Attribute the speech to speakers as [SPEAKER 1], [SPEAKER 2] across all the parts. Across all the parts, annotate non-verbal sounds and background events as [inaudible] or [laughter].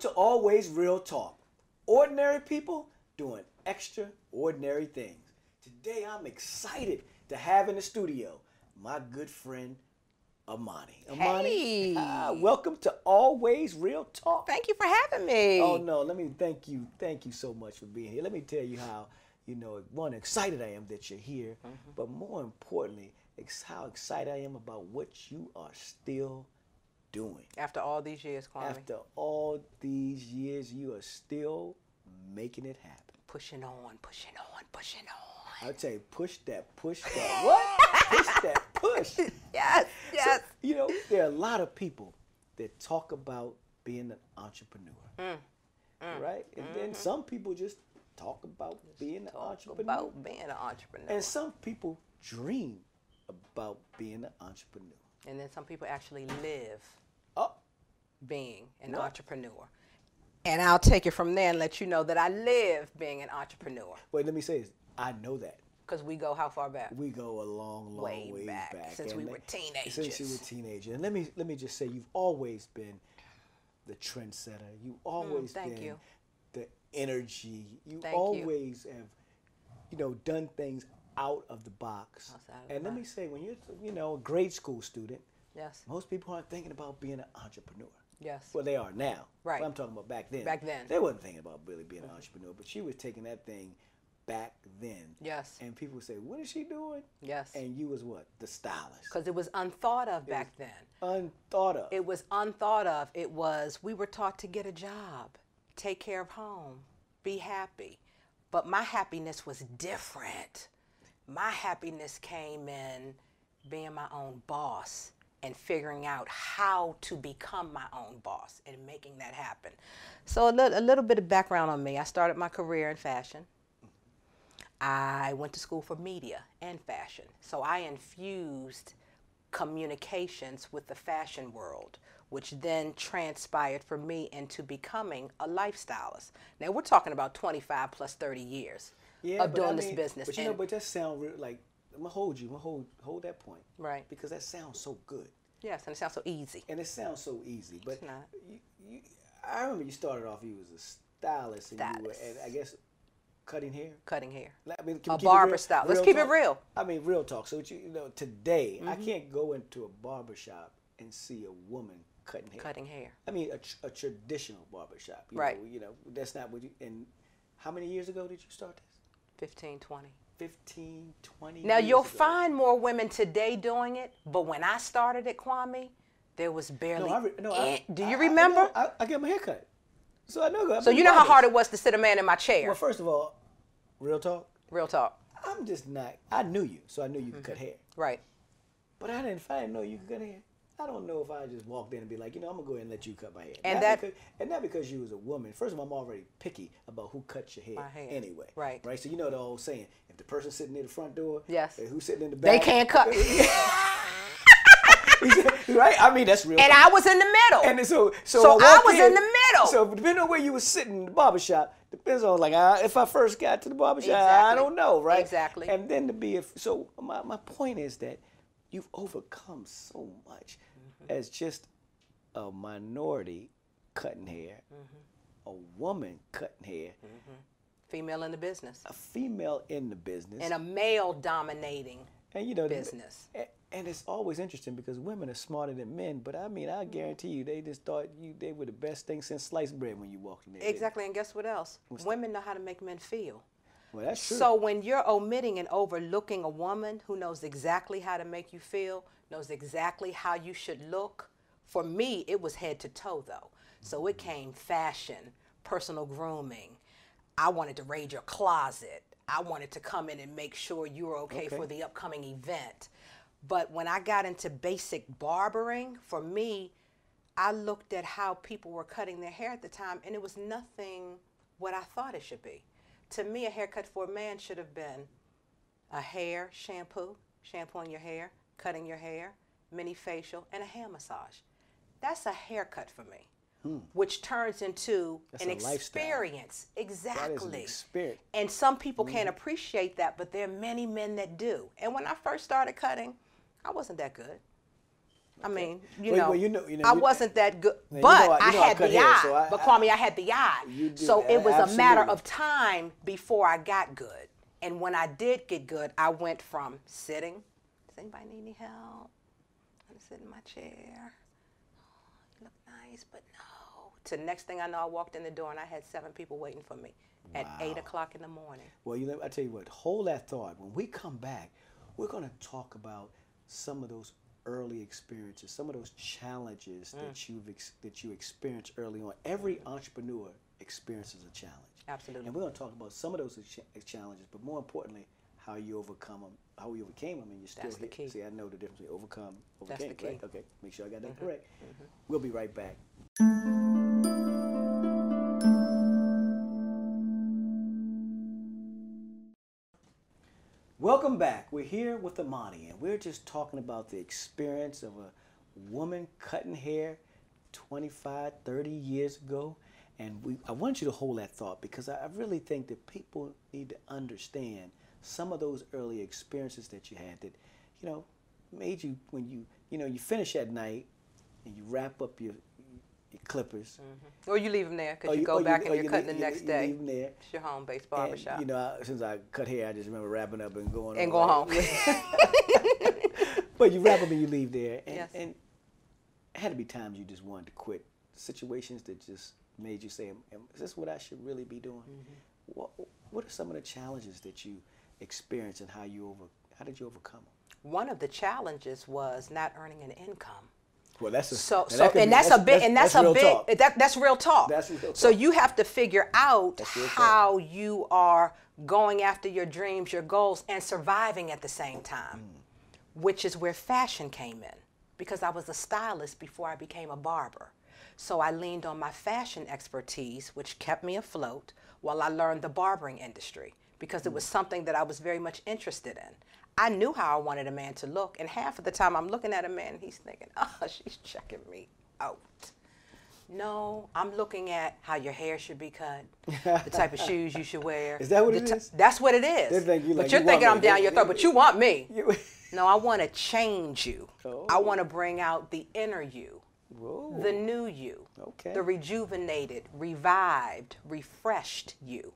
[SPEAKER 1] to Always Real Talk. Ordinary people doing extraordinary things. Today I'm excited to have in the studio my good friend Amani. Amani,
[SPEAKER 2] Hey.
[SPEAKER 1] uh, [laughs] welcome to Always Real Talk.
[SPEAKER 2] Thank you for having me.
[SPEAKER 1] Oh no, let me thank you. Thank you so much for being here. Let me tell you how, you know, one excited I am that you're here,
[SPEAKER 2] Mm-hmm.
[SPEAKER 1] but more importantly, it's how excited I am about what you are still doing.
[SPEAKER 2] After all these years, Kwame,
[SPEAKER 1] After all these years, you are still making it happen.
[SPEAKER 2] pushing on, pushing on, pushing on.
[SPEAKER 1] I tell you, push that, push [laughs] that. What? push that, push.
[SPEAKER 2] Yes, yes.
[SPEAKER 1] You know, there are a lot of people that talk about being an entrepreneur, right? And then some people just Mm-hmm. talk about being an entrepreneur.
[SPEAKER 2] About being an entrepreneur.
[SPEAKER 1] And some people dream about being an entrepreneur.
[SPEAKER 2] and then some people actually live
[SPEAKER 1] Oh,
[SPEAKER 2] being an
[SPEAKER 1] What?
[SPEAKER 2] entrepreneur. And I'll take it from there and let you know that I live being an entrepreneur.
[SPEAKER 1] wait, let me say this. I know that.
[SPEAKER 2] Because we go how far back?
[SPEAKER 1] We go a long, long
[SPEAKER 2] Way
[SPEAKER 1] ways
[SPEAKER 2] back, since we
[SPEAKER 1] and
[SPEAKER 2] were
[SPEAKER 1] that- Since you
[SPEAKER 2] teenagers.
[SPEAKER 1] were teenagers. And let me let me just say you've always been the trendsetter. You always
[SPEAKER 2] Hmm, thank
[SPEAKER 1] been
[SPEAKER 2] you.
[SPEAKER 1] the energy. You
[SPEAKER 2] Thank you.
[SPEAKER 1] always have you know done things out of the box.
[SPEAKER 2] Outside of the
[SPEAKER 1] and let me say when you're you know a grade school student,
[SPEAKER 2] Yes,
[SPEAKER 1] most people aren't thinking about being an entrepreneur.
[SPEAKER 2] yes.
[SPEAKER 1] Well, they are now.
[SPEAKER 2] Right.
[SPEAKER 1] But I'm talking about back then.
[SPEAKER 2] Back then. Mm-hmm.
[SPEAKER 1] They wasn't thinking about really being an entrepreneur, but she was taking that thing back then.
[SPEAKER 2] Yes.
[SPEAKER 1] And people would say, "What is she doing?"
[SPEAKER 2] Yes.
[SPEAKER 1] And you was what? The stylist.
[SPEAKER 2] Because it was unthought of back then.
[SPEAKER 1] Unthought of.
[SPEAKER 2] It was unthought of. It was, we were taught to get a job, take care of home, be happy. But my happiness was different. My happiness came in being my own boss and figuring out how to become my own boss and making that happen. So, a little, a little bit of background on me I started my career in fashion. I went to school for media and fashion. So I infused communications with the fashion world, which then transpired for me into becoming a lifestylist. Now we're talking about 25 plus 30 years of
[SPEAKER 1] but I
[SPEAKER 2] doing this
[SPEAKER 1] mean-
[SPEAKER 2] business.
[SPEAKER 1] But you know,
[SPEAKER 2] and-
[SPEAKER 1] but that sound real, like I'm gonna hold you. I'm gonna hold hold that point.
[SPEAKER 2] Right.
[SPEAKER 1] Because that sounds so good,
[SPEAKER 2] yes, and it sounds so easy.
[SPEAKER 1] and it sounds so easy. But
[SPEAKER 2] not.
[SPEAKER 1] You, you, I remember you started off. You was a stylist, and you were,
[SPEAKER 2] Stylist.
[SPEAKER 1] and I guess, cutting hair.
[SPEAKER 2] Cutting hair.
[SPEAKER 1] Like, I mean, can
[SPEAKER 2] A
[SPEAKER 1] we keep it
[SPEAKER 2] barber
[SPEAKER 1] real-
[SPEAKER 2] style. Let's keep it
[SPEAKER 1] talk?
[SPEAKER 2] real. Mm-hmm.
[SPEAKER 1] I mean, real talk. So, you, you know, today I can't go into a barber shop and see a woman cutting hair.
[SPEAKER 2] Cutting hair.
[SPEAKER 1] I mean, a, tr- a traditional barber shop. You
[SPEAKER 2] Right.
[SPEAKER 1] Know, you know, that's not what you. And how many years ago did you start this?
[SPEAKER 2] 15, 20.
[SPEAKER 1] 15, 20
[SPEAKER 2] Now
[SPEAKER 1] years
[SPEAKER 2] you'll
[SPEAKER 1] ago.
[SPEAKER 2] find more women today doing it, but when I started at Kwame, there was barely.
[SPEAKER 1] No, I re- no, I,
[SPEAKER 2] an- Do
[SPEAKER 1] I-
[SPEAKER 2] you
[SPEAKER 1] I-
[SPEAKER 2] remember?
[SPEAKER 1] I, I, I get my hair cut. So I know.
[SPEAKER 2] so you know how hard it was to sit a man in my chair.
[SPEAKER 1] Well, first of all, real talk.
[SPEAKER 2] Real talk.
[SPEAKER 1] I'm just not. I knew you, so I knew you could
[SPEAKER 2] Mm-hmm.
[SPEAKER 1] cut hair.
[SPEAKER 2] Right.
[SPEAKER 1] But I didn't. If I didn't know you could cut hair, I don't know if I just walked in and be like, you know, I'm gonna go ahead and let you cut my hair.
[SPEAKER 2] And
[SPEAKER 1] not
[SPEAKER 2] that-
[SPEAKER 1] because, and not because you was a woman. First of all, I'm already picky about who cuts your hair,
[SPEAKER 2] My hair.
[SPEAKER 1] anyway.
[SPEAKER 2] Right.
[SPEAKER 1] Right. So you know the old saying: if the person sitting near the front door,
[SPEAKER 2] Yes.
[SPEAKER 1] and who's sitting in the
[SPEAKER 2] They
[SPEAKER 1] back,
[SPEAKER 2] can't cut.
[SPEAKER 1] [laughs] right? I mean, that's real.
[SPEAKER 2] and I was in the middle.
[SPEAKER 1] And so, so,
[SPEAKER 2] So I
[SPEAKER 1] walked
[SPEAKER 2] was in the middle.
[SPEAKER 1] So depending on where you was sitting in the barbershop, depends on like I, if I first got to the barbershop, I
[SPEAKER 2] Exactly.
[SPEAKER 1] don't know, right?
[SPEAKER 2] Exactly.
[SPEAKER 1] And then to be a, so my, my point is that you've overcome so much
[SPEAKER 2] Mm-hmm.
[SPEAKER 1] as just a minority cutting hair,
[SPEAKER 2] Mm-hmm.
[SPEAKER 1] a woman cutting hair,
[SPEAKER 2] Female in the business.
[SPEAKER 1] a female in the business,
[SPEAKER 2] And a male dominating.
[SPEAKER 1] and you know the-
[SPEAKER 2] business.
[SPEAKER 1] a- And it's always interesting because women are smarter than men, but I mean, I
[SPEAKER 2] Mm-hmm.
[SPEAKER 1] guarantee you, they just thought you they were the best thing since sliced bread when you walked in there. didn't they?
[SPEAKER 2] Exactly. And guess what else? Women know how to make men feel.
[SPEAKER 1] Well, that's true.
[SPEAKER 2] So when you're omitting and overlooking a woman who knows exactly how to make you feel, knows exactly how you should look, for me it was head to toe though. So it came fashion, personal grooming. I wanted to raid your closet. I wanted to come in and make sure you were okay,
[SPEAKER 1] Okay.
[SPEAKER 2] for the upcoming event. But when I got into basic barbering, for me, I looked at how people were cutting their hair at the time, and it was nothing what I thought it should be. To me, a haircut for a man should have been a hair shampoo, shampooing your hair, cutting your hair, mini facial, and a hand massage. That's a haircut for me, which turns into an
[SPEAKER 1] Hmm. a lifestyle.
[SPEAKER 2] experience. Exactly.
[SPEAKER 1] experience.
[SPEAKER 2] Mm-hmm. And some people
[SPEAKER 1] Mm-hmm.
[SPEAKER 2] can't appreciate that, but there are many men that do. And when I first started cutting, I wasn't that good. I mean, you,
[SPEAKER 1] Well,
[SPEAKER 2] know,
[SPEAKER 1] well, you know- you know,
[SPEAKER 2] I
[SPEAKER 1] you-
[SPEAKER 2] wasn't that good,
[SPEAKER 1] you
[SPEAKER 2] but
[SPEAKER 1] know I- you
[SPEAKER 2] I
[SPEAKER 1] know I
[SPEAKER 2] had
[SPEAKER 1] cut
[SPEAKER 2] the
[SPEAKER 1] hair,
[SPEAKER 2] eye.
[SPEAKER 1] so I-
[SPEAKER 2] but
[SPEAKER 1] I-
[SPEAKER 2] Kwame, I had the eye,
[SPEAKER 1] You do,
[SPEAKER 2] so it was a matter
[SPEAKER 1] absolutely.
[SPEAKER 2] of time before I got good. And when I did get good, I went from sitting. Does anybody need any help? I'm sitting in my chair. Oh, you look nice, but no. To next thing I know, I walked in the door and I had seven people waiting for me at eight o'clock in the morning.
[SPEAKER 1] Well, you know, I tell you what, hold that thought. When we come back, we're going to talk about some of those early experiences, some of those challenges
[SPEAKER 2] Mm.
[SPEAKER 1] that you've ex- that you experienced early on. Every entrepreneur experiences a challenge.
[SPEAKER 2] Absolutely.
[SPEAKER 1] And we're going to talk about some of those ch- challenges, but more importantly, how you overcome them, how you overcame them, and you're still
[SPEAKER 2] That's the
[SPEAKER 1] here.
[SPEAKER 2] key.
[SPEAKER 1] See, I know the difference between overcome,
[SPEAKER 2] That's the
[SPEAKER 1] overcame, right?
[SPEAKER 2] key. Mm-hmm.
[SPEAKER 1] Okay, make sure I got that correct. We'll be right back. Welcome back. We're here with Amani, and we're just talking about the experience of a woman cutting hair 25, 30 years ago. And we, I want you to hold that thought because I, I really think that people need to understand some of those early experiences that you had that, you know, made you, when you, you know, you finish at night and you wrap up your, your clippers.
[SPEAKER 2] Or Mm-hmm. you leave them there because
[SPEAKER 1] Or Oh,
[SPEAKER 2] you,
[SPEAKER 1] you-
[SPEAKER 2] go
[SPEAKER 1] or you-
[SPEAKER 2] back
[SPEAKER 1] or
[SPEAKER 2] and
[SPEAKER 1] you
[SPEAKER 2] you're cutting
[SPEAKER 1] leave-
[SPEAKER 2] the
[SPEAKER 1] you
[SPEAKER 2] next
[SPEAKER 1] leave- you
[SPEAKER 2] day.
[SPEAKER 1] leave 'em there.
[SPEAKER 2] It's your home-based
[SPEAKER 1] And,
[SPEAKER 2] barbershop.
[SPEAKER 1] you know, I, since I cut hair, I just remember wrapping up and going
[SPEAKER 2] and
[SPEAKER 1] on
[SPEAKER 2] go
[SPEAKER 1] like-
[SPEAKER 2] home.
[SPEAKER 1] But you wrap up and you leave there, and,
[SPEAKER 2] Yes.
[SPEAKER 1] and it had to be times you just wanted to quit. Situations that just made you say, "Am- am- "Is this what I should really be doing?"
[SPEAKER 2] Mm-hmm.
[SPEAKER 1] What What are some of the challenges that you experienced, and how you over How did you overcome them?
[SPEAKER 2] [laughs] One of the challenges was not earning an income.
[SPEAKER 1] Well, that's a,
[SPEAKER 2] So,
[SPEAKER 1] that
[SPEAKER 2] so
[SPEAKER 1] could
[SPEAKER 2] and
[SPEAKER 1] be-
[SPEAKER 2] that's, a big, and that's,
[SPEAKER 1] real
[SPEAKER 2] a big,
[SPEAKER 1] talk.
[SPEAKER 2] that, that's real talk.
[SPEAKER 1] That's real
[SPEAKER 2] So
[SPEAKER 1] talk.
[SPEAKER 2] you have to figure out
[SPEAKER 1] real talk.
[SPEAKER 2] how you are going after your dreams, your goals, and surviving at the same time,
[SPEAKER 1] Mm.
[SPEAKER 2] which is where fashion came in. Because I was a stylist before I became a barber. So I leaned on my fashion expertise, which kept me afloat while I learned the barbering industry because it was
[SPEAKER 1] Mm.
[SPEAKER 2] something that I was very much interested in. I knew how I wanted a man to look, and half of the time I'm looking at a man and he's thinking, [laughs] oh, she's checking me out. No, I'm looking at how your hair should be cut, the
[SPEAKER 1] [laughs]
[SPEAKER 2] type of shoes you should wear.
[SPEAKER 1] Is that what
[SPEAKER 2] the
[SPEAKER 1] it
[SPEAKER 2] ti-
[SPEAKER 1] is?
[SPEAKER 2] That's what it is.
[SPEAKER 1] They think you
[SPEAKER 2] but
[SPEAKER 1] like,
[SPEAKER 2] you're
[SPEAKER 1] you want
[SPEAKER 2] thinking
[SPEAKER 1] me.
[SPEAKER 2] I'm down
[SPEAKER 1] You-
[SPEAKER 2] your throat, but you want me.
[SPEAKER 1] You- [laughs]
[SPEAKER 2] No, I want to change you. I
[SPEAKER 1] Oh.
[SPEAKER 2] want to bring out the inner you,
[SPEAKER 1] Whoa.
[SPEAKER 2] the new you,
[SPEAKER 1] Okay.
[SPEAKER 2] the rejuvenated, revived, refreshed you.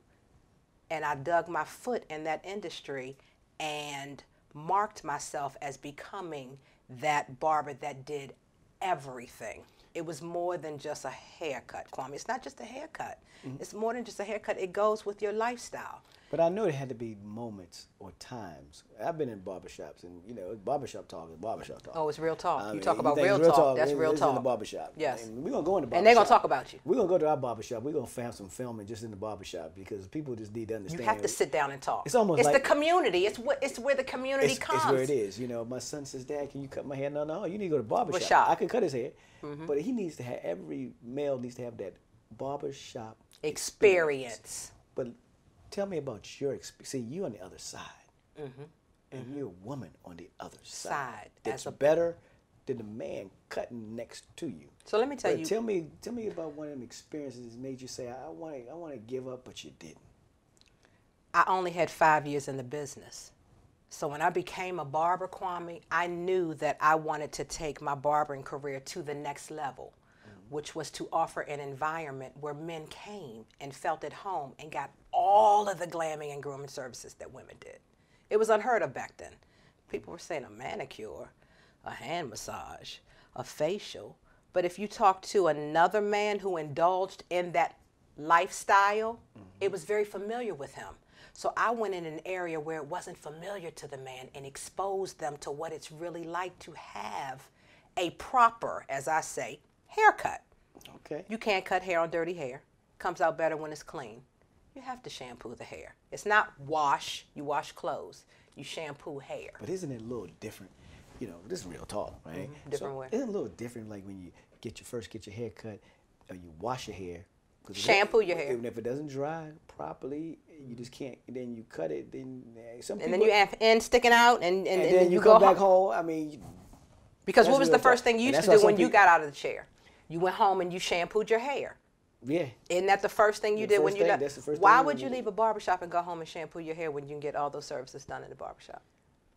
[SPEAKER 2] And I dug my foot in that industry and marked myself as becoming that barber that did everything. It was more than just a haircut, Kwame. It's not just a haircut.
[SPEAKER 1] Mm-hmm.
[SPEAKER 2] It's more than just a haircut. It goes with your lifestyle.
[SPEAKER 1] But I know there had to be moments or times. I've been in barbershops, and you know, barbershop talk is barbershop talk.
[SPEAKER 2] Oh, it's real talk.
[SPEAKER 1] I
[SPEAKER 2] you
[SPEAKER 1] mean,
[SPEAKER 2] talk about
[SPEAKER 1] think
[SPEAKER 2] real,
[SPEAKER 1] it's
[SPEAKER 2] talk. That's
[SPEAKER 1] this-
[SPEAKER 2] real
[SPEAKER 1] this is
[SPEAKER 2] talk.
[SPEAKER 1] in the barbershop.
[SPEAKER 2] Yes.
[SPEAKER 1] And we're gonna go in the barbershop.
[SPEAKER 2] And they're gonna talk about you.
[SPEAKER 1] We're gonna go to our barbershop. We're gonna find some filming just in the barbershop because people just need to
[SPEAKER 2] You
[SPEAKER 1] understand.
[SPEAKER 2] have to sit down and talk.
[SPEAKER 1] It's almost
[SPEAKER 2] it's
[SPEAKER 1] like-
[SPEAKER 2] the community. It's what it's where the community
[SPEAKER 1] It's,
[SPEAKER 2] comes.
[SPEAKER 1] it's where it is. You know, my son says, "Dad, can you cut my hair?" No, no, you need to go to barbershop.
[SPEAKER 2] Barbershop.
[SPEAKER 1] I can cut his hair,
[SPEAKER 2] Mm-hmm.
[SPEAKER 1] but he needs to have every male needs to have that barbershop.
[SPEAKER 2] Experience.
[SPEAKER 1] But tell me about your experience. See, you on the other side, and you're a woman on the other side.
[SPEAKER 2] Mm-hmm. Side,
[SPEAKER 1] That's
[SPEAKER 2] as a-
[SPEAKER 1] better than the man cutting next to you.
[SPEAKER 2] So let me tell
[SPEAKER 1] But
[SPEAKER 2] you.
[SPEAKER 1] tell me, tell me about one of them experiences that made you say, "I want to, I want to give up," but you didn't.
[SPEAKER 2] I only had five years in the business. So when I became a barber, Kwame, I knew that I wanted to take my barbering career to the next level, which was to offer an environment where men came and felt at home and got all of the glamming and grooming services that women did. It was unheard of back then. People were saying a manicure, a hand massage, a facial. But if you talk to another man who indulged in that lifestyle, it was very familiar with him. So I went in an area where it wasn't familiar to the man and exposed them to what it's really like to have a proper, as I say, haircut.
[SPEAKER 1] Okay.
[SPEAKER 2] You can't cut hair on dirty hair. Comes out better when it's clean. You have to shampoo the hair. It's not wash, you wash clothes, you shampoo hair.
[SPEAKER 1] But isn't it a little different? You know, this is real talk, right?
[SPEAKER 2] Mm-hmm. Different way.
[SPEAKER 1] Isn't it a little different like when you get your first get your hair cut or you wash your hair? 'cause if it-
[SPEAKER 2] Shampoo your hair.
[SPEAKER 1] And if it doesn't dry properly, you just can't. Then you cut it. Then eh, some
[SPEAKER 2] And
[SPEAKER 1] people.
[SPEAKER 2] then you have end sticking out and, and,
[SPEAKER 1] and
[SPEAKER 2] and
[SPEAKER 1] then
[SPEAKER 2] you,
[SPEAKER 1] you,
[SPEAKER 2] go
[SPEAKER 1] come back home. I mean, you-
[SPEAKER 2] Because what
[SPEAKER 1] That's
[SPEAKER 2] was
[SPEAKER 1] real
[SPEAKER 2] the first
[SPEAKER 1] talk.
[SPEAKER 2] thing you
[SPEAKER 1] And
[SPEAKER 2] used
[SPEAKER 1] that's
[SPEAKER 2] to
[SPEAKER 1] how
[SPEAKER 2] do
[SPEAKER 1] some
[SPEAKER 2] when you
[SPEAKER 1] people-
[SPEAKER 2] got out of the chair? You went home and you shampooed your hair.
[SPEAKER 1] yeah.
[SPEAKER 2] Isn't that the first thing you
[SPEAKER 1] The
[SPEAKER 2] did when
[SPEAKER 1] first
[SPEAKER 2] you
[SPEAKER 1] thing-
[SPEAKER 2] left?
[SPEAKER 1] that's the first
[SPEAKER 2] Why
[SPEAKER 1] thing
[SPEAKER 2] would
[SPEAKER 1] you
[SPEAKER 2] you
[SPEAKER 1] do.
[SPEAKER 2] leave a barbershop and go home and shampoo your hair when you can get all those services done in the barbershop?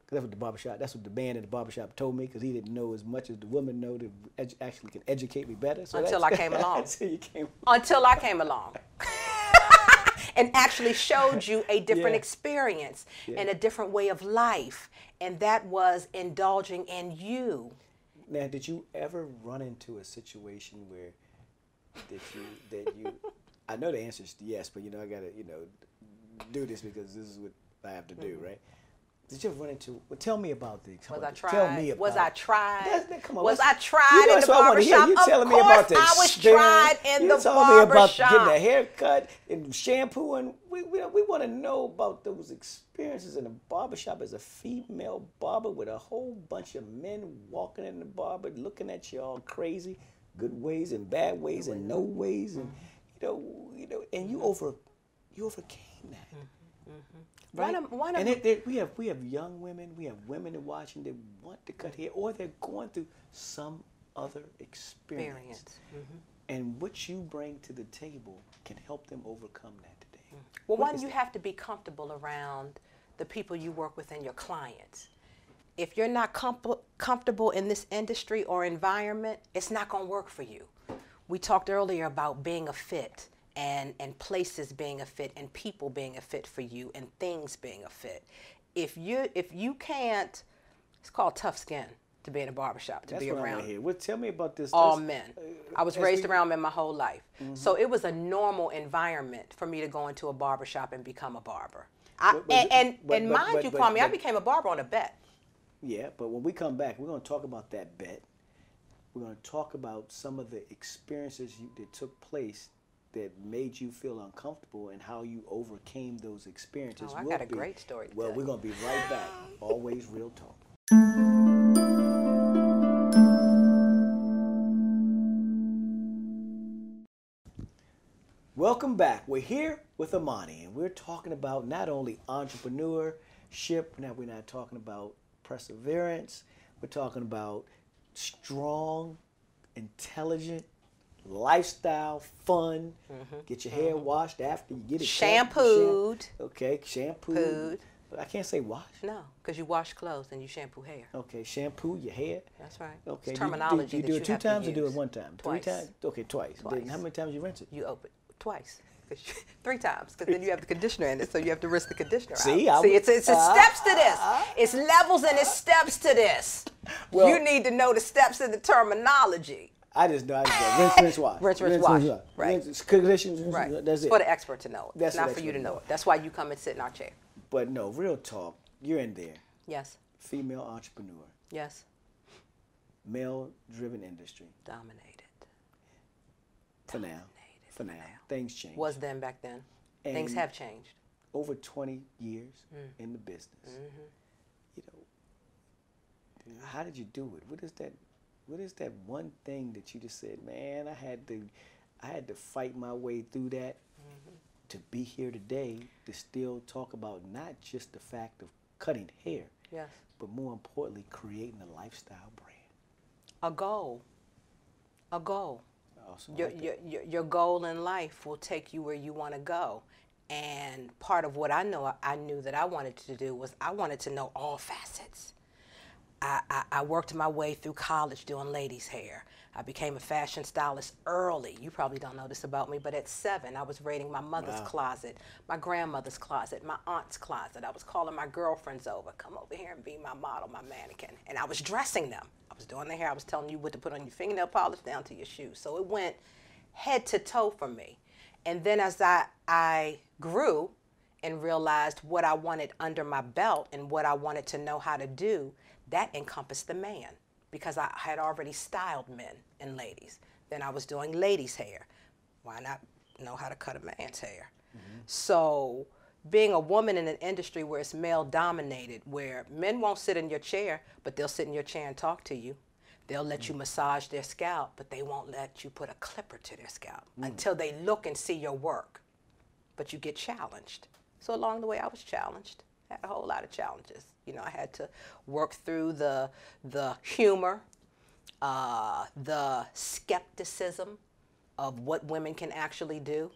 [SPEAKER 1] Cause that's what the barbershop. That's what the man at the barbershop told me. Cause he didn't know as much as the women know that edu- actually can educate me better. So [laughs]
[SPEAKER 2] Until
[SPEAKER 1] that's-
[SPEAKER 2] I came along.
[SPEAKER 1] until you came. [laughs]
[SPEAKER 2] until I came along [laughs] and actually showed you a different
[SPEAKER 1] Yeah.
[SPEAKER 2] experience and a different way of life. And that was indulging in you.
[SPEAKER 1] Now, did you ever run into a situation where that you that you? [laughs] I know the answer is yes, but you know I gotta you know do this because this is what I have to do, right? Did you ever run into? Well, tell me about the.
[SPEAKER 2] Mm-hmm. Was I tried?
[SPEAKER 1] Tell me about.
[SPEAKER 2] was I
[SPEAKER 1] it.
[SPEAKER 2] tried?
[SPEAKER 1] That's- that- come on,
[SPEAKER 2] was I
[SPEAKER 1] that's-
[SPEAKER 2] tried
[SPEAKER 1] you know,
[SPEAKER 2] in the
[SPEAKER 1] that's what I wanna hear.
[SPEAKER 2] barbershop?
[SPEAKER 1] You
[SPEAKER 2] of
[SPEAKER 1] telling me
[SPEAKER 2] course
[SPEAKER 1] about the
[SPEAKER 2] I was
[SPEAKER 1] experience.
[SPEAKER 2] tried in
[SPEAKER 1] you
[SPEAKER 2] the
[SPEAKER 1] told me about getting a
[SPEAKER 2] barbershop.
[SPEAKER 1] haircut and shampoo, and we we, we want to know about those experiences in a barbershop as a female barber with a whole bunch of men walking in the barber, looking at you all crazy, good ways and bad ways and no ways, and you know you know, and you over you overcame that.
[SPEAKER 2] One of- one of
[SPEAKER 1] and
[SPEAKER 2] my-
[SPEAKER 1] it, there- we have we have young women, we have women that watching that want to cut hair, or they're going through some other experience.
[SPEAKER 2] Experience.
[SPEAKER 1] And what you bring to the table can help them overcome that today.
[SPEAKER 2] Mm. Well, one, you have to be comfortable around the people you work with and your clients. If you're not com- comfortable in this industry or environment, it's not going to work for you. We talked earlier about being a fit and, and places being a fit and people being a fit for you and things being a fit. If you if you can't, it's called tough skin to be in a barbershop, to
[SPEAKER 1] That's
[SPEAKER 2] be
[SPEAKER 1] what I
[SPEAKER 2] around
[SPEAKER 1] want to hear. Well, tell me about this.
[SPEAKER 2] all
[SPEAKER 1] this-
[SPEAKER 2] men. I was raised around men my whole life. So it was a normal environment for me to go into a barber shop and become a barber. I,
[SPEAKER 1] But- but
[SPEAKER 2] and
[SPEAKER 1] you-
[SPEAKER 2] and,
[SPEAKER 1] but-
[SPEAKER 2] and
[SPEAKER 1] but-
[SPEAKER 2] mind
[SPEAKER 1] but-
[SPEAKER 2] you,
[SPEAKER 1] but-
[SPEAKER 2] Kwame, I
[SPEAKER 1] but-
[SPEAKER 2] became a barber on a bet.
[SPEAKER 1] Yeah, but when we come back, we're going to talk about that bet. We're going to talk about some of the experiences you, that took place that made you feel uncomfortable and how you overcame those experiences.
[SPEAKER 2] Oh, I got a great story to
[SPEAKER 1] Well,
[SPEAKER 2] tell
[SPEAKER 1] we're going to be right back. Always real talk. Welcome back. We're here with Amani, and we're talking about not only entrepreneurship, now we're not talking about perseverance, we're talking about strong, intelligent lifestyle, fun. Get your hair washed after you get it cut, the shampoo.
[SPEAKER 2] Mm-hmm. Shampooed.
[SPEAKER 1] Okay, shampoo.
[SPEAKER 2] Pooed.
[SPEAKER 1] But I can't say wash.
[SPEAKER 2] No, because you wash clothes and you shampoo hair.
[SPEAKER 1] Okay, shampoo your hair.
[SPEAKER 2] That's right.
[SPEAKER 1] Okay, you-
[SPEAKER 2] It's
[SPEAKER 1] do-
[SPEAKER 2] terminology
[SPEAKER 1] You,
[SPEAKER 2] that
[SPEAKER 1] do
[SPEAKER 2] you
[SPEAKER 1] it two
[SPEAKER 2] have to
[SPEAKER 1] times or do it
[SPEAKER 2] use.
[SPEAKER 1] one time?
[SPEAKER 2] Twice.
[SPEAKER 1] Three times? Okay, twice. Then
[SPEAKER 2] Twice.
[SPEAKER 1] how many times you rinse it?
[SPEAKER 2] You open twice. [laughs] 'Cause you- Three times, because then you have the conditioner in it, so you have to rinse the conditioner
[SPEAKER 1] See, I
[SPEAKER 2] out. See,
[SPEAKER 1] would-
[SPEAKER 2] it's it's it's
[SPEAKER 1] Ah,
[SPEAKER 2] steps to this. It's levels and it's steps to this.
[SPEAKER 1] Well-
[SPEAKER 2] you need to know the steps and the terminology.
[SPEAKER 1] I just know. I just know. rinse, rinse, wash.
[SPEAKER 2] Rinse, rinse, wash. Right.
[SPEAKER 1] Rinse, conditions.
[SPEAKER 2] Right.
[SPEAKER 1] That's it.
[SPEAKER 2] For the expert to know it.
[SPEAKER 1] That's
[SPEAKER 2] That's
[SPEAKER 1] for
[SPEAKER 2] not
[SPEAKER 1] the
[SPEAKER 2] for you
[SPEAKER 1] expert
[SPEAKER 2] to
[SPEAKER 1] to
[SPEAKER 2] know
[SPEAKER 1] know.
[SPEAKER 2] it. That's why you come and sit in our chair.
[SPEAKER 1] But no, real talk. You're in there.
[SPEAKER 2] Yes.
[SPEAKER 1] Female entrepreneur,
[SPEAKER 2] Yes.
[SPEAKER 1] male-driven industry.
[SPEAKER 2] Dominated.
[SPEAKER 1] For now. For now. Things change.
[SPEAKER 2] Was then back then. Things
[SPEAKER 1] And-
[SPEAKER 2] have changed.
[SPEAKER 1] Over 20 years
[SPEAKER 2] Mm.
[SPEAKER 1] in the business. You
[SPEAKER 2] Mm-hmm.
[SPEAKER 1] know, how did you do it? What is that? What is that one thing that you just said, man? I had to, I had to fight my way through that
[SPEAKER 2] Mm-hmm.
[SPEAKER 1] to be here today to still talk about not just the fact of cutting hair,
[SPEAKER 2] Yes.
[SPEAKER 1] but more importantly, creating a lifestyle brand.
[SPEAKER 2] A goal. A goal.
[SPEAKER 1] Awesome. I
[SPEAKER 2] Your,
[SPEAKER 1] like that.
[SPEAKER 2] your, your, your goal in life will take you where you want to go. And part of what I know I knew that I wanted to do was I wanted to know all facets. I, I, I worked my way through college doing ladies' hair. I became a fashion stylist early. You probably don't know this about me, but at seven, I was raiding my mother's closet, my grandmother's closet, my aunt's closet. I was calling my girlfriends over, come over here and be my model, my mannequin. And I was dressing them. I was doing their hair. I was telling you what to put on your fingernail polish down to your shoes. So it went head to toe for me. And then as I, I grew and realized what I wanted under my belt and what I wanted to know how to do, that encompassed the man because I had already styled men and ladies. Then I was doing ladies' hair. Why not know how to cut a man's hair? So being a woman in an industry where it's male dominated, where men won't sit in your chair, but they'll sit in your chair and talk to you. They'll let you massage their scalp, but they won't let you put a clipper to their scalp until they look and see your work. But you get challenged. So along the way, I was challenged. Had a whole lot of challenges. You know, I had to work through the the humor, uh, the skepticism of what women can actually do.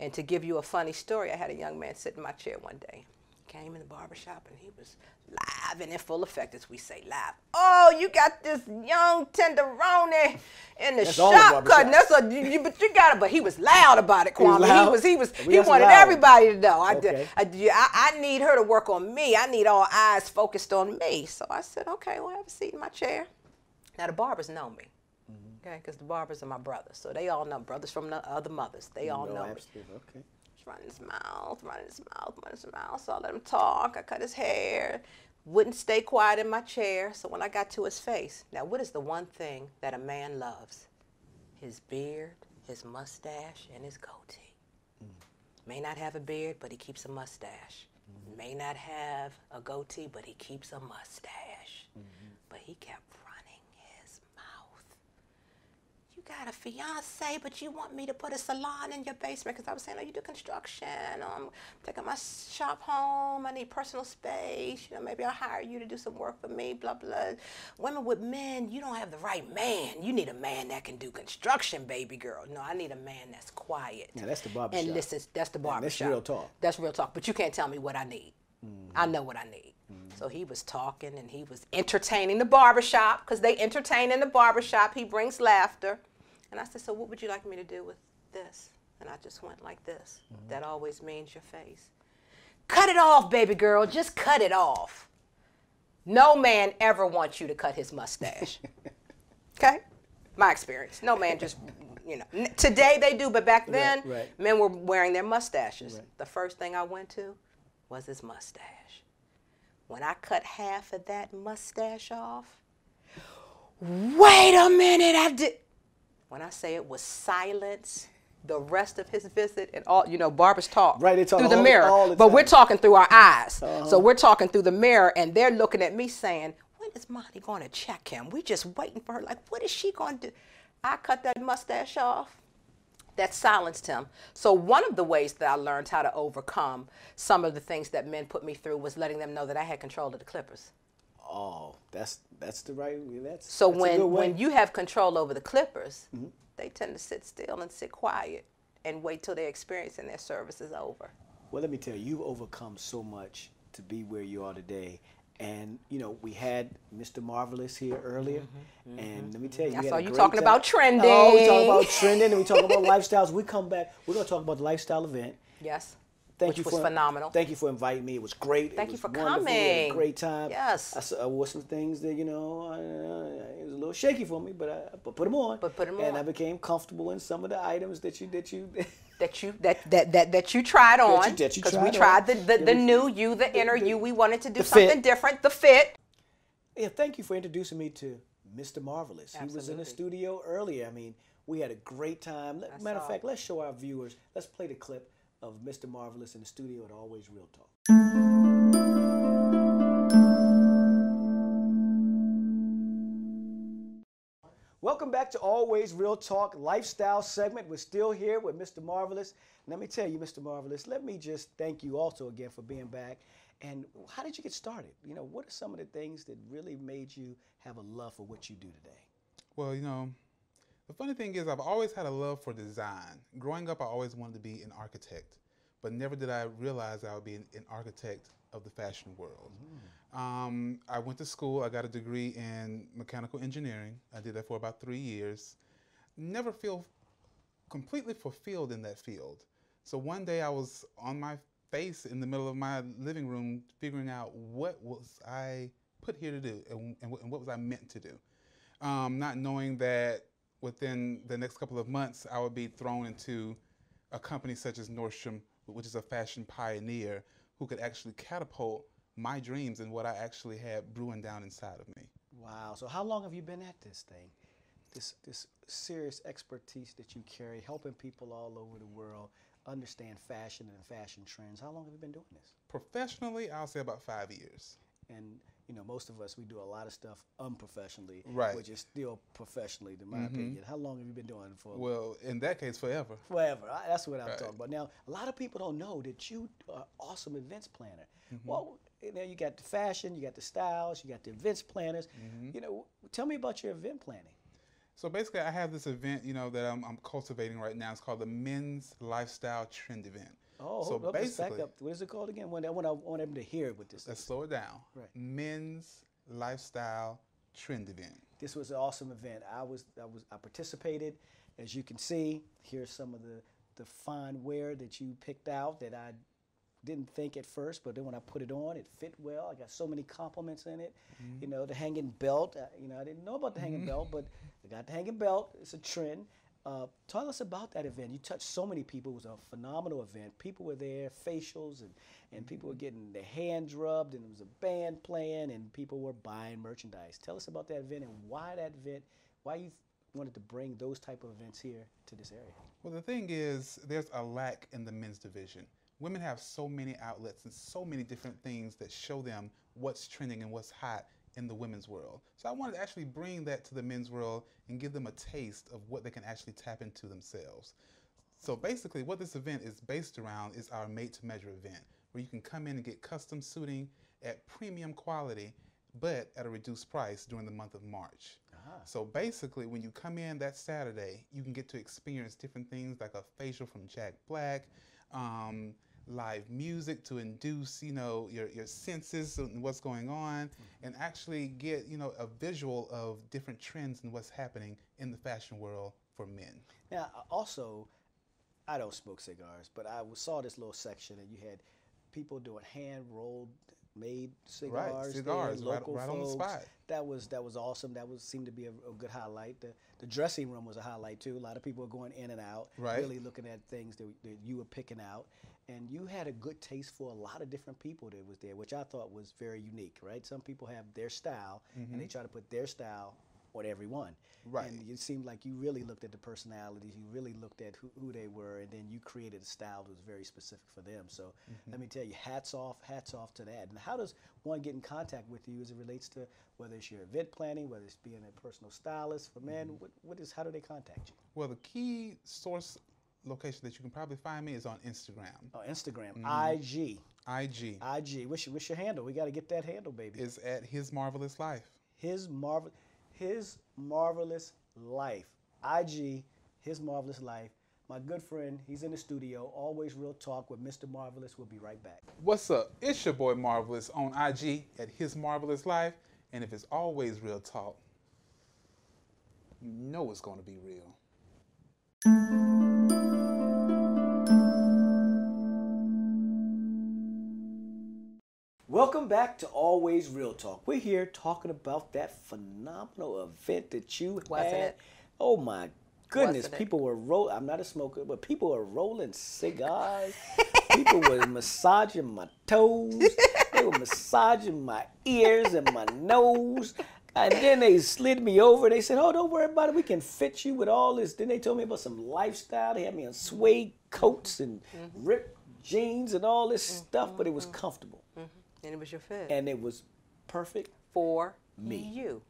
[SPEAKER 2] And to give you a funny story, I had a young man sit in my chair one day. came in the barbershop and he was live and in full effect as we say live. Oh, you got this young tenderoni in the
[SPEAKER 1] That's all the
[SPEAKER 2] shop cutting.
[SPEAKER 1] barbershops.
[SPEAKER 2] That's a you, you- but you got it. But he was loud about it, Kwame.
[SPEAKER 1] loud?
[SPEAKER 2] He was he was
[SPEAKER 1] We
[SPEAKER 2] he
[SPEAKER 1] got some
[SPEAKER 2] wanted
[SPEAKER 1] loud
[SPEAKER 2] everybody to know. I, did-
[SPEAKER 1] Okay.
[SPEAKER 2] I, yeah, I I need her to work on me. I need all eyes focused on me. So I said, okay, well have a seat in my chair. Now the barbers know me.
[SPEAKER 1] Mm-hmm.
[SPEAKER 2] Okay, because the barbers are my brothers, so they all know brothers from the other mothers. They all
[SPEAKER 1] No,
[SPEAKER 2] know me.
[SPEAKER 1] absolutely. Okay.
[SPEAKER 2] He's running his mouth, running his mouth, running his mouth. So I let him talk. I cut his hair. Wouldn't stay quiet in my chair. So when I got to his face, now what is the one thing that a man loves? His beard, his mustache, and his goatee. May not have a beard, but he keeps a mustache. May not have a goatee, but he keeps a mustache. But he kept running his mouth. You got a fiance, but you want me to put a salon in your basement? Because I was saying, oh, you do construction. Oh, I'm taking my shop home. I need personal space. You know, maybe I'll hire you to do some work for me. Blah blah. Women with men, you don't have the right man. You need a man that can do construction, baby girl. No, I need a man that's quiet
[SPEAKER 1] Now that's the barbershop.
[SPEAKER 2] and listens. That's the barbershop.
[SPEAKER 1] real talk.
[SPEAKER 2] That's real talk. But you can't tell me what I need. I know what I need. So he was talking and he was entertaining the barbershop because they entertain in the barbershop. He brings laughter. And I said, So what would you like me to do with this? And I just went like this.
[SPEAKER 1] Mm-hmm.
[SPEAKER 2] That always means your face. Cut it off, baby girl. Just cut it off. No man ever wants you to cut
[SPEAKER 1] [laughs]
[SPEAKER 2] his mustache. Okay? My experience. No man just, you know. N- Today they do, but back then,
[SPEAKER 1] right.
[SPEAKER 2] men were wearing their mustaches. The first thing I went to was his mustache. When I cut half of that mustache off, wait a minute, I did. When I say it was silence, the rest of his visit and all, you know, barbers talk
[SPEAKER 1] Right, they talk
[SPEAKER 2] through the
[SPEAKER 1] all-
[SPEAKER 2] mirror,
[SPEAKER 1] all the
[SPEAKER 2] but we're
[SPEAKER 1] time. Uh-huh.
[SPEAKER 2] talking through our eyes. So we're talking through the mirror, and they're looking at me saying, "When is Monty going to check him? We just waiting for her. Like, what is she going to do?" I cut that mustache off. That silenced him. So one of the ways that I learned how to overcome some of the things that men put me through was letting them know that I had control of the clippers.
[SPEAKER 1] Oh, that's that's the right. That's
[SPEAKER 2] So
[SPEAKER 1] that's a good
[SPEAKER 2] when
[SPEAKER 1] way. Mm-hmm.
[SPEAKER 2] when you have control over the clippers, they tend to sit still and sit quiet and wait till their experience and their service is over.
[SPEAKER 1] Well, let me tell you, you've overcome so much to be where you are today. And you know, we had Mr. Marvelous here earlier, and let me tell you,
[SPEAKER 2] I
[SPEAKER 1] we had
[SPEAKER 2] saw
[SPEAKER 1] a
[SPEAKER 2] you
[SPEAKER 1] great
[SPEAKER 2] talking
[SPEAKER 1] time. Oh, we
[SPEAKER 2] about
[SPEAKER 1] talk
[SPEAKER 2] trending.
[SPEAKER 1] about trending, and we talk about lifestyles. We come back, we're gonna talk about the lifestyle event.
[SPEAKER 2] Yes.
[SPEAKER 1] Thank
[SPEAKER 2] Which
[SPEAKER 1] you
[SPEAKER 2] was
[SPEAKER 1] for,
[SPEAKER 2] phenomenal.
[SPEAKER 1] Thank you for inviting me. It was great. it
[SPEAKER 2] Thank you
[SPEAKER 1] was
[SPEAKER 2] for
[SPEAKER 1] wonderful. We had a
[SPEAKER 2] coming.
[SPEAKER 1] great time.
[SPEAKER 2] Yes.
[SPEAKER 1] I, s- I wore some things that you know uh, it was a little shaky for me, but I but put them on.
[SPEAKER 2] But put 'em
[SPEAKER 1] And
[SPEAKER 2] on.
[SPEAKER 1] I became comfortable in some of the items that you that you. [laughs]
[SPEAKER 2] that you that that that, that you tried on
[SPEAKER 1] that you
[SPEAKER 2] we
[SPEAKER 1] tried on.
[SPEAKER 2] tried the the,
[SPEAKER 1] Yeah,
[SPEAKER 2] the
[SPEAKER 1] we-
[SPEAKER 2] new you, the inner you. We wanted to do
[SPEAKER 1] fit.
[SPEAKER 2] something different. The fit.
[SPEAKER 1] Yeah, thank you for introducing me to Mr. Marvelous. He was in the
[SPEAKER 2] Absolutely.
[SPEAKER 1] studio earlier. I mean, we had a great time. Let- matter of fact, let's show our viewers, let's play the clip of Mr. Marvelous in the studio at Always Real Talk. Welcome back to Always Real Talk Lifestyle segment. We're still here with Mr. Marvelous. Let me tell you, Mr. Marvelous, let me just thank you also again for being back. And how did you get started? You know, what are some of the things that really made you have a love for what you do today?
[SPEAKER 3] Well, you know, the funny thing is, I've always had a love for design. Growing up, I always wanted to be an architect, but never did I realize I would be an, an architect of the fashion world. Um, I went to school, I got a degree in mechanical engineering. I did that for about three years. Never feel completely fulfilled in that field. So one day I was on my face in the middle of my living room figuring out what was I put here to do and, and, what- and what was I meant to do. Um, not knowing that within the next couple of months I would be thrown into a company such as Nordstrom, which is a fashion pioneer who could actually catapult my dreams and what I actually had brewing down inside of me.
[SPEAKER 1] Wow. So how long have you been at this thing? This this serious expertise that you carry, helping people all over the world understand fashion and fashion trends. How long have you been doing this?
[SPEAKER 3] Professionally, I'll say about five years. and
[SPEAKER 1] And you know, most of us we do a lot of stuff unprofessionally,
[SPEAKER 3] Right. Mm-hmm.
[SPEAKER 1] which is still professionally, in my opinion. How long have you been doing it for?
[SPEAKER 3] Well, in that case, forever.
[SPEAKER 1] Forever. I, that's what I'm talking about. Now, a lot of people don't know that you are awesome events planner.
[SPEAKER 3] Mm-hmm.
[SPEAKER 1] Well, you know, you got the fashion, you got the styles, you got the events planners.
[SPEAKER 3] Mm-hmm.
[SPEAKER 1] You know, tell me about your event planning.
[SPEAKER 3] So basically, I have this event, you know, that I'm, I'm cultivating right now. It's called the Men's Lifestyle Trend Event.
[SPEAKER 1] Oh,
[SPEAKER 3] so
[SPEAKER 1] hold up, let's back
[SPEAKER 3] basically,
[SPEAKER 1] up. What is it called again? When I want, I want them to hear what this
[SPEAKER 3] let's
[SPEAKER 1] is.
[SPEAKER 3] slow it down.
[SPEAKER 1] Right.
[SPEAKER 3] Men's lifestyle trend event.
[SPEAKER 1] This was an awesome event. I was, I was, I participated. As you can see, here's some of the the fine wear that you picked out that I didn't think at first, but then when I put it on, it fit well. I got so many compliments in it.
[SPEAKER 3] Mm-hmm.
[SPEAKER 1] You know, the hanging belt. uh, You know, I didn't know about the hanging belt, but I got the hanging belt. It's a trend. Uh, tell us about that event. You touched so many people. It was a phenomenal event. People were there, facials, and, and people were getting their hands rubbed, and there was a band playing, and people were buying merchandise. Tell us about that event and why that event, why you wanted to bring those type of events here to this area.
[SPEAKER 3] Well, the thing is, there's a lack in the men's division. Women have so many outlets and so many different things that show them what's trending and what's hot in the women's world. So I wanted to actually bring that to the men's world and give them a taste of what they can actually tap into themselves. So basically, what this event is based around is our Made to Measure event, where you can come in and get custom suiting at premium quality, but at a reduced price during the month of March. So basically, when you come in that Saturday, you can get to experience different things like a facial from Jack Black, um, live music to induce, you know, your, your senses and what's going on, and actually get, you know, a visual of different trends and what's happening in the fashion world for men.
[SPEAKER 1] Now, I- also, I don't smoke cigars, but I w- saw this little section and you had people doing hand rolled made cigars, there,
[SPEAKER 3] cigars, right-
[SPEAKER 1] local
[SPEAKER 3] right on the
[SPEAKER 1] folks.
[SPEAKER 3] spot.
[SPEAKER 1] That was that was awesome. That was seemed to be a, a good highlight. The, the dressing room was a highlight too. A lot of people were going in and out,
[SPEAKER 3] Right.
[SPEAKER 1] really looking at things that, that you were picking out, and you had a good taste for a lot of different people that was there, which I thought was very unique. Right? Some people have their style, and they try to put their style on everyone.
[SPEAKER 3] Right.
[SPEAKER 1] And it seemed like you really looked at the personalities, you really looked at who, who they were, and then you created a style that was very specific for them. So let me tell you, hats off, hats off to that. And how does one get in contact with you as it relates to whether it's your event planning, whether it's being a personal stylist for men? What, what is how do they contact you?
[SPEAKER 3] Well, the key source location that you can probably find me is on Instagram.
[SPEAKER 1] Oh, Instagram, IG,
[SPEAKER 3] IG
[SPEAKER 1] IG. What's your, what's your handle? We got to get that handle, baby.
[SPEAKER 3] is at His Marvelous Life.
[SPEAKER 1] his marvel, his marvelous life. IG, his marvelous life. My good friend, he's in the studio. Always real talk with Mr. Marvelous. We'll be right back.
[SPEAKER 3] What's up? It's your boy Marvelous on IG at His Marvelous Life. And if it's always real talk, you know it's going to be real.
[SPEAKER 1] Welcome back to Always Real Talk. We're here talking about that phenomenal event that you
[SPEAKER 2] Wasn't
[SPEAKER 1] had.
[SPEAKER 2] it?
[SPEAKER 1] Oh my goodness,
[SPEAKER 2] Wasn't it?
[SPEAKER 1] people were roll. I'm not a smoker, but people were rolling cigars. people
[SPEAKER 2] [laughs]
[SPEAKER 1] were massaging my toes. they were massaging my ears and my nose. And then they slid me over. They said, "Oh, don't worry about it. We can fit you with all this." Then they told me about some lifestyle. They had me on suede coats and
[SPEAKER 2] Mm-hmm.
[SPEAKER 1] ripped jeans and all this stuff, but it was comfortable
[SPEAKER 2] And it was your fit
[SPEAKER 1] and it was perfect.
[SPEAKER 2] for you.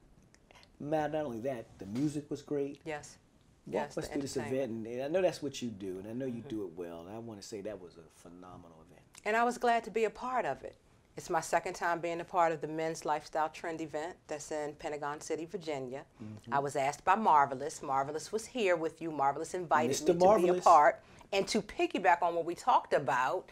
[SPEAKER 1] Man, not only that, the music was great.
[SPEAKER 2] Yes.
[SPEAKER 1] Walk
[SPEAKER 2] yes.
[SPEAKER 1] us
[SPEAKER 2] the
[SPEAKER 1] through this
[SPEAKER 2] entertainment. Mm-hmm.
[SPEAKER 1] event, and, and I know that's what you do, and I know you do it well. And I want to say that was a phenomenal event.
[SPEAKER 2] And I was glad to be a part of it. It's my second time being a part of the Men's Lifestyle Trend event that's in Pentagon City, Virginia.
[SPEAKER 1] Mm-hmm.
[SPEAKER 2] I was asked by Marvelous. Marvelous was here with you. Marvelous invited
[SPEAKER 1] Mr.
[SPEAKER 2] me to be
[SPEAKER 1] Marvelous.
[SPEAKER 2] a part. And to piggyback on what we talked about,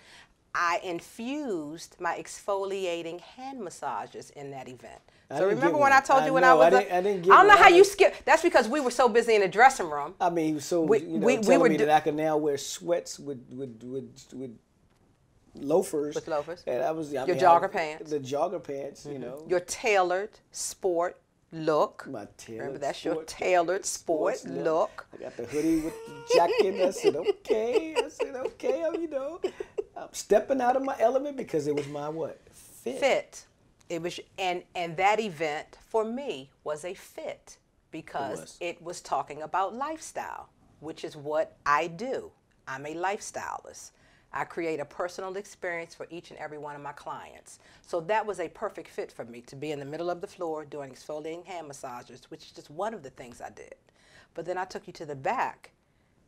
[SPEAKER 2] I infused my exfoliating hand massages in that event.
[SPEAKER 1] I
[SPEAKER 2] so
[SPEAKER 1] didn't
[SPEAKER 2] remember
[SPEAKER 1] get
[SPEAKER 2] when I
[SPEAKER 1] one.
[SPEAKER 2] told
[SPEAKER 1] I
[SPEAKER 2] you when
[SPEAKER 1] know,
[SPEAKER 2] I
[SPEAKER 1] I
[SPEAKER 2] was a-
[SPEAKER 1] didn't- I didn't get
[SPEAKER 2] don't know
[SPEAKER 1] one.
[SPEAKER 2] how
[SPEAKER 1] I
[SPEAKER 2] you
[SPEAKER 1] was-
[SPEAKER 2] skip. That's because we were so busy in the dressing room.
[SPEAKER 1] I mean, he was so
[SPEAKER 2] We-
[SPEAKER 1] you know,
[SPEAKER 2] we- we
[SPEAKER 1] telling
[SPEAKER 2] were
[SPEAKER 1] me
[SPEAKER 2] do-
[SPEAKER 1] that I can now wear sweats with with with with loafers.
[SPEAKER 2] With loafers.
[SPEAKER 1] and I was I
[SPEAKER 2] Your
[SPEAKER 1] mean, I,
[SPEAKER 2] jogger pants. Mm-hmm.
[SPEAKER 1] The jogger pants, you know.
[SPEAKER 2] Your tailored sport look.
[SPEAKER 1] my tailored
[SPEAKER 2] Remember, that's your
[SPEAKER 1] sport-
[SPEAKER 2] tailored sport
[SPEAKER 1] sports
[SPEAKER 2] look.
[SPEAKER 1] I got the hoodie with the jacket. I said, okay. I said, okay. I'm, you know, I'm stepping out of my element because it was my what fit.
[SPEAKER 2] fit. It was and and that event for me was a fit because it
[SPEAKER 1] was.
[SPEAKER 2] was. talking about lifestyle, which is what I do. I'm a lifestylist. I create a personal experience for each and every one of my clients. So that was a perfect fit for me to be in the middle of the floor doing exfoliating hand massages, which is just one of the things I did. But then I took you to the back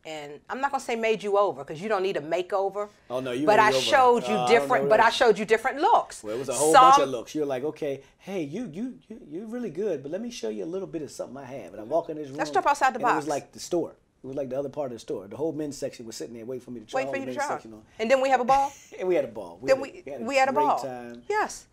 [SPEAKER 2] and I'm not gonna say made you over because you don't need a makeover.
[SPEAKER 1] Oh, no, you
[SPEAKER 2] But
[SPEAKER 1] made
[SPEAKER 2] I
[SPEAKER 1] me over.
[SPEAKER 2] showed you
[SPEAKER 1] Uh, I don't know
[SPEAKER 2] different. But
[SPEAKER 1] that.
[SPEAKER 2] I showed you different looks.
[SPEAKER 1] Well, it was a whole bunch of looks. You're like, okay, hey, you, you, you, you're really good, but let me show you a little bit of something I have. And I walk in this room.
[SPEAKER 2] step outside the
[SPEAKER 1] and It was
[SPEAKER 2] box.
[SPEAKER 1] like the store. It was like the other part of the store. The whole men's section was sitting there waiting for me to try
[SPEAKER 2] Wait
[SPEAKER 1] all the
[SPEAKER 2] for you to
[SPEAKER 1] men's
[SPEAKER 2] try.
[SPEAKER 1] section on.
[SPEAKER 2] And then we have
[SPEAKER 1] [laughs]
[SPEAKER 2] a ball.
[SPEAKER 1] And we had a ball. We
[SPEAKER 2] then
[SPEAKER 1] had
[SPEAKER 2] we
[SPEAKER 1] a,
[SPEAKER 2] we had a
[SPEAKER 1] great
[SPEAKER 2] ball.
[SPEAKER 1] Time.
[SPEAKER 2] Yes.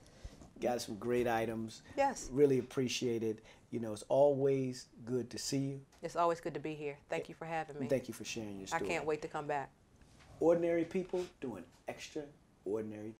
[SPEAKER 1] Got some great items.
[SPEAKER 2] Yes.
[SPEAKER 1] Really appreciate it. You know, it's always good to see you.
[SPEAKER 2] It's always good to be here. Thank you for having me.
[SPEAKER 1] Thank you for sharing your
[SPEAKER 2] I
[SPEAKER 1] story.
[SPEAKER 2] can't wait to come back.
[SPEAKER 1] Ordinary people doing extraordinary